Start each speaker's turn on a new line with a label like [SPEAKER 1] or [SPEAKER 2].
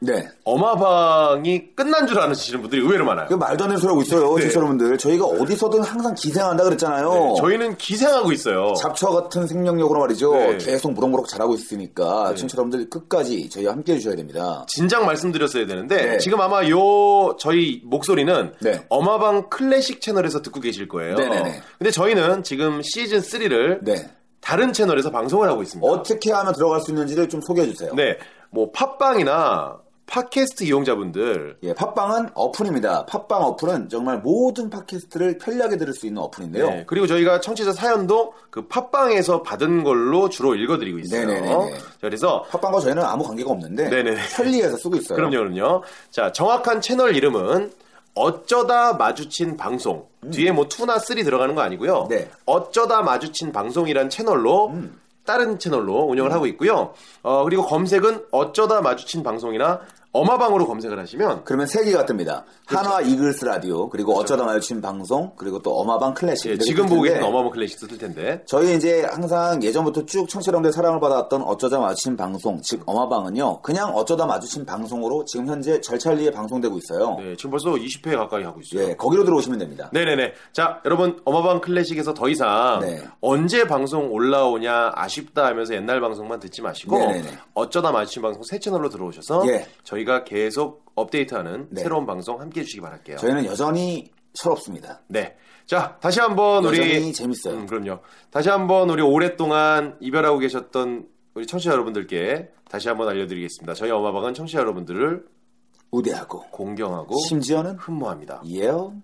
[SPEAKER 1] 네.
[SPEAKER 2] 어마방이 끝난 줄 아시는 분들이 의외로 많아요.
[SPEAKER 1] 그 말도 안 되는 소리 하고 있어요,
[SPEAKER 2] 네.
[SPEAKER 1] 청취자 여러분들. 저희가 어디서든 항상 기생한다 그랬잖아요.
[SPEAKER 2] 네, 저희는 기생하고 있어요.
[SPEAKER 1] 잡초 같은 생명력으로 말이죠.
[SPEAKER 2] 네.
[SPEAKER 1] 계속 무럭무럭 자라고 있으니까
[SPEAKER 2] 네.
[SPEAKER 1] 청취자 여러분들 끝까지 저희와 함께 해주셔야 됩니다.
[SPEAKER 2] 진작 말씀드렸어야 되는데
[SPEAKER 1] 네.
[SPEAKER 2] 지금 아마 요 저희 목소리는
[SPEAKER 1] 네.
[SPEAKER 2] 어마방 클래식 채널에서 듣고 계실 거예요.
[SPEAKER 1] 네네네.
[SPEAKER 2] 근데 저희는 지금 시즌 3를
[SPEAKER 1] 네.
[SPEAKER 2] 다른 채널에서 방송을 하고 있습니다.
[SPEAKER 1] 어떻게 하면 들어갈 수 있는지를 좀 소개해 주세요.
[SPEAKER 2] 네, 뭐 팟빵이나 팟캐스트 이용자분들
[SPEAKER 1] 예, 팟빵은 어플입니다. 팟빵 어플은 정말 모든 팟캐스트를 편리하게 들을 수 있는 어플인데요.
[SPEAKER 2] 네, 그리고 저희가 청취자 사연도 그 팟빵에서 받은 걸로 주로 읽어드리고 있어요. 자,
[SPEAKER 1] 네네네네.
[SPEAKER 2] 그래서
[SPEAKER 1] 팟빵과 저희는 아무 관계가 없는데
[SPEAKER 2] 네네네.
[SPEAKER 1] 편리해서 쓰고 있어요.
[SPEAKER 2] 그럼요, 그럼요. 자, 정확한 채널 이름은 어쩌다 마주친 방송. 뒤에 뭐 2나 3 들어가는 거 아니고요.
[SPEAKER 1] 네.
[SPEAKER 2] 어쩌다 마주친 방송이란 채널로 다른 채널로 운영을 하고 있고요. 어, 그리고 검색은 어쩌다 마주친 방송이나 어마방으로 검색을 하시면
[SPEAKER 1] 그러면 세 개가 뜹니다.
[SPEAKER 2] 그렇죠.
[SPEAKER 1] 한화 이글스 라디오, 그리고 어쩌다 마주친 방송, 그리고 또 어마방
[SPEAKER 2] 예,
[SPEAKER 1] 클래식. 이렇게
[SPEAKER 2] 지금
[SPEAKER 1] 뜰
[SPEAKER 2] 보고
[SPEAKER 1] 텐데
[SPEAKER 2] 계신 어마방 클래식 쓸 텐데.
[SPEAKER 1] 저희 이제 항상 예전부터 쭉 청취자분들 사랑을 받아왔던 어쩌다 마주친 방송, 즉 어마방은요, 그냥 어쩌다 마주친 방송으로 지금 현재 절찬리에 방송되고 있어요.
[SPEAKER 2] 네, 지금 벌써 20회 가까이 하고 있어요.
[SPEAKER 1] 예, 거기로 들어오시면 됩니다.
[SPEAKER 2] 네네네. 자, 여러분, 어마방 클래식에서 더 이상
[SPEAKER 1] 네.
[SPEAKER 2] 언제 방송 올라오냐 아쉽다 하면서 옛날 방송만 듣지 마시고
[SPEAKER 1] 네네네.
[SPEAKER 2] 어쩌다 마주친 방송 새 채널로 들어오셔서
[SPEAKER 1] 예.
[SPEAKER 2] 저희가 계속 업데이트하는
[SPEAKER 1] 네.
[SPEAKER 2] 새로운 방송 함께 해주시기 바랄게요.
[SPEAKER 1] 저희는 여전히 철없습니다.
[SPEAKER 2] 네. 자, 다시 한번 우리
[SPEAKER 1] 여전히 재밌어요.
[SPEAKER 2] 음, 그럼요. 다시 한번 우리 오랫동안 이별하고 계셨던 우리 청취자 여러분들께 다시 한번 알려드리겠습니다. 저희 어마방은 청취자 여러분들을
[SPEAKER 1] 우대하고
[SPEAKER 2] 공경하고
[SPEAKER 1] 심지어는
[SPEAKER 2] 흠모합니다.
[SPEAKER 1] 예요.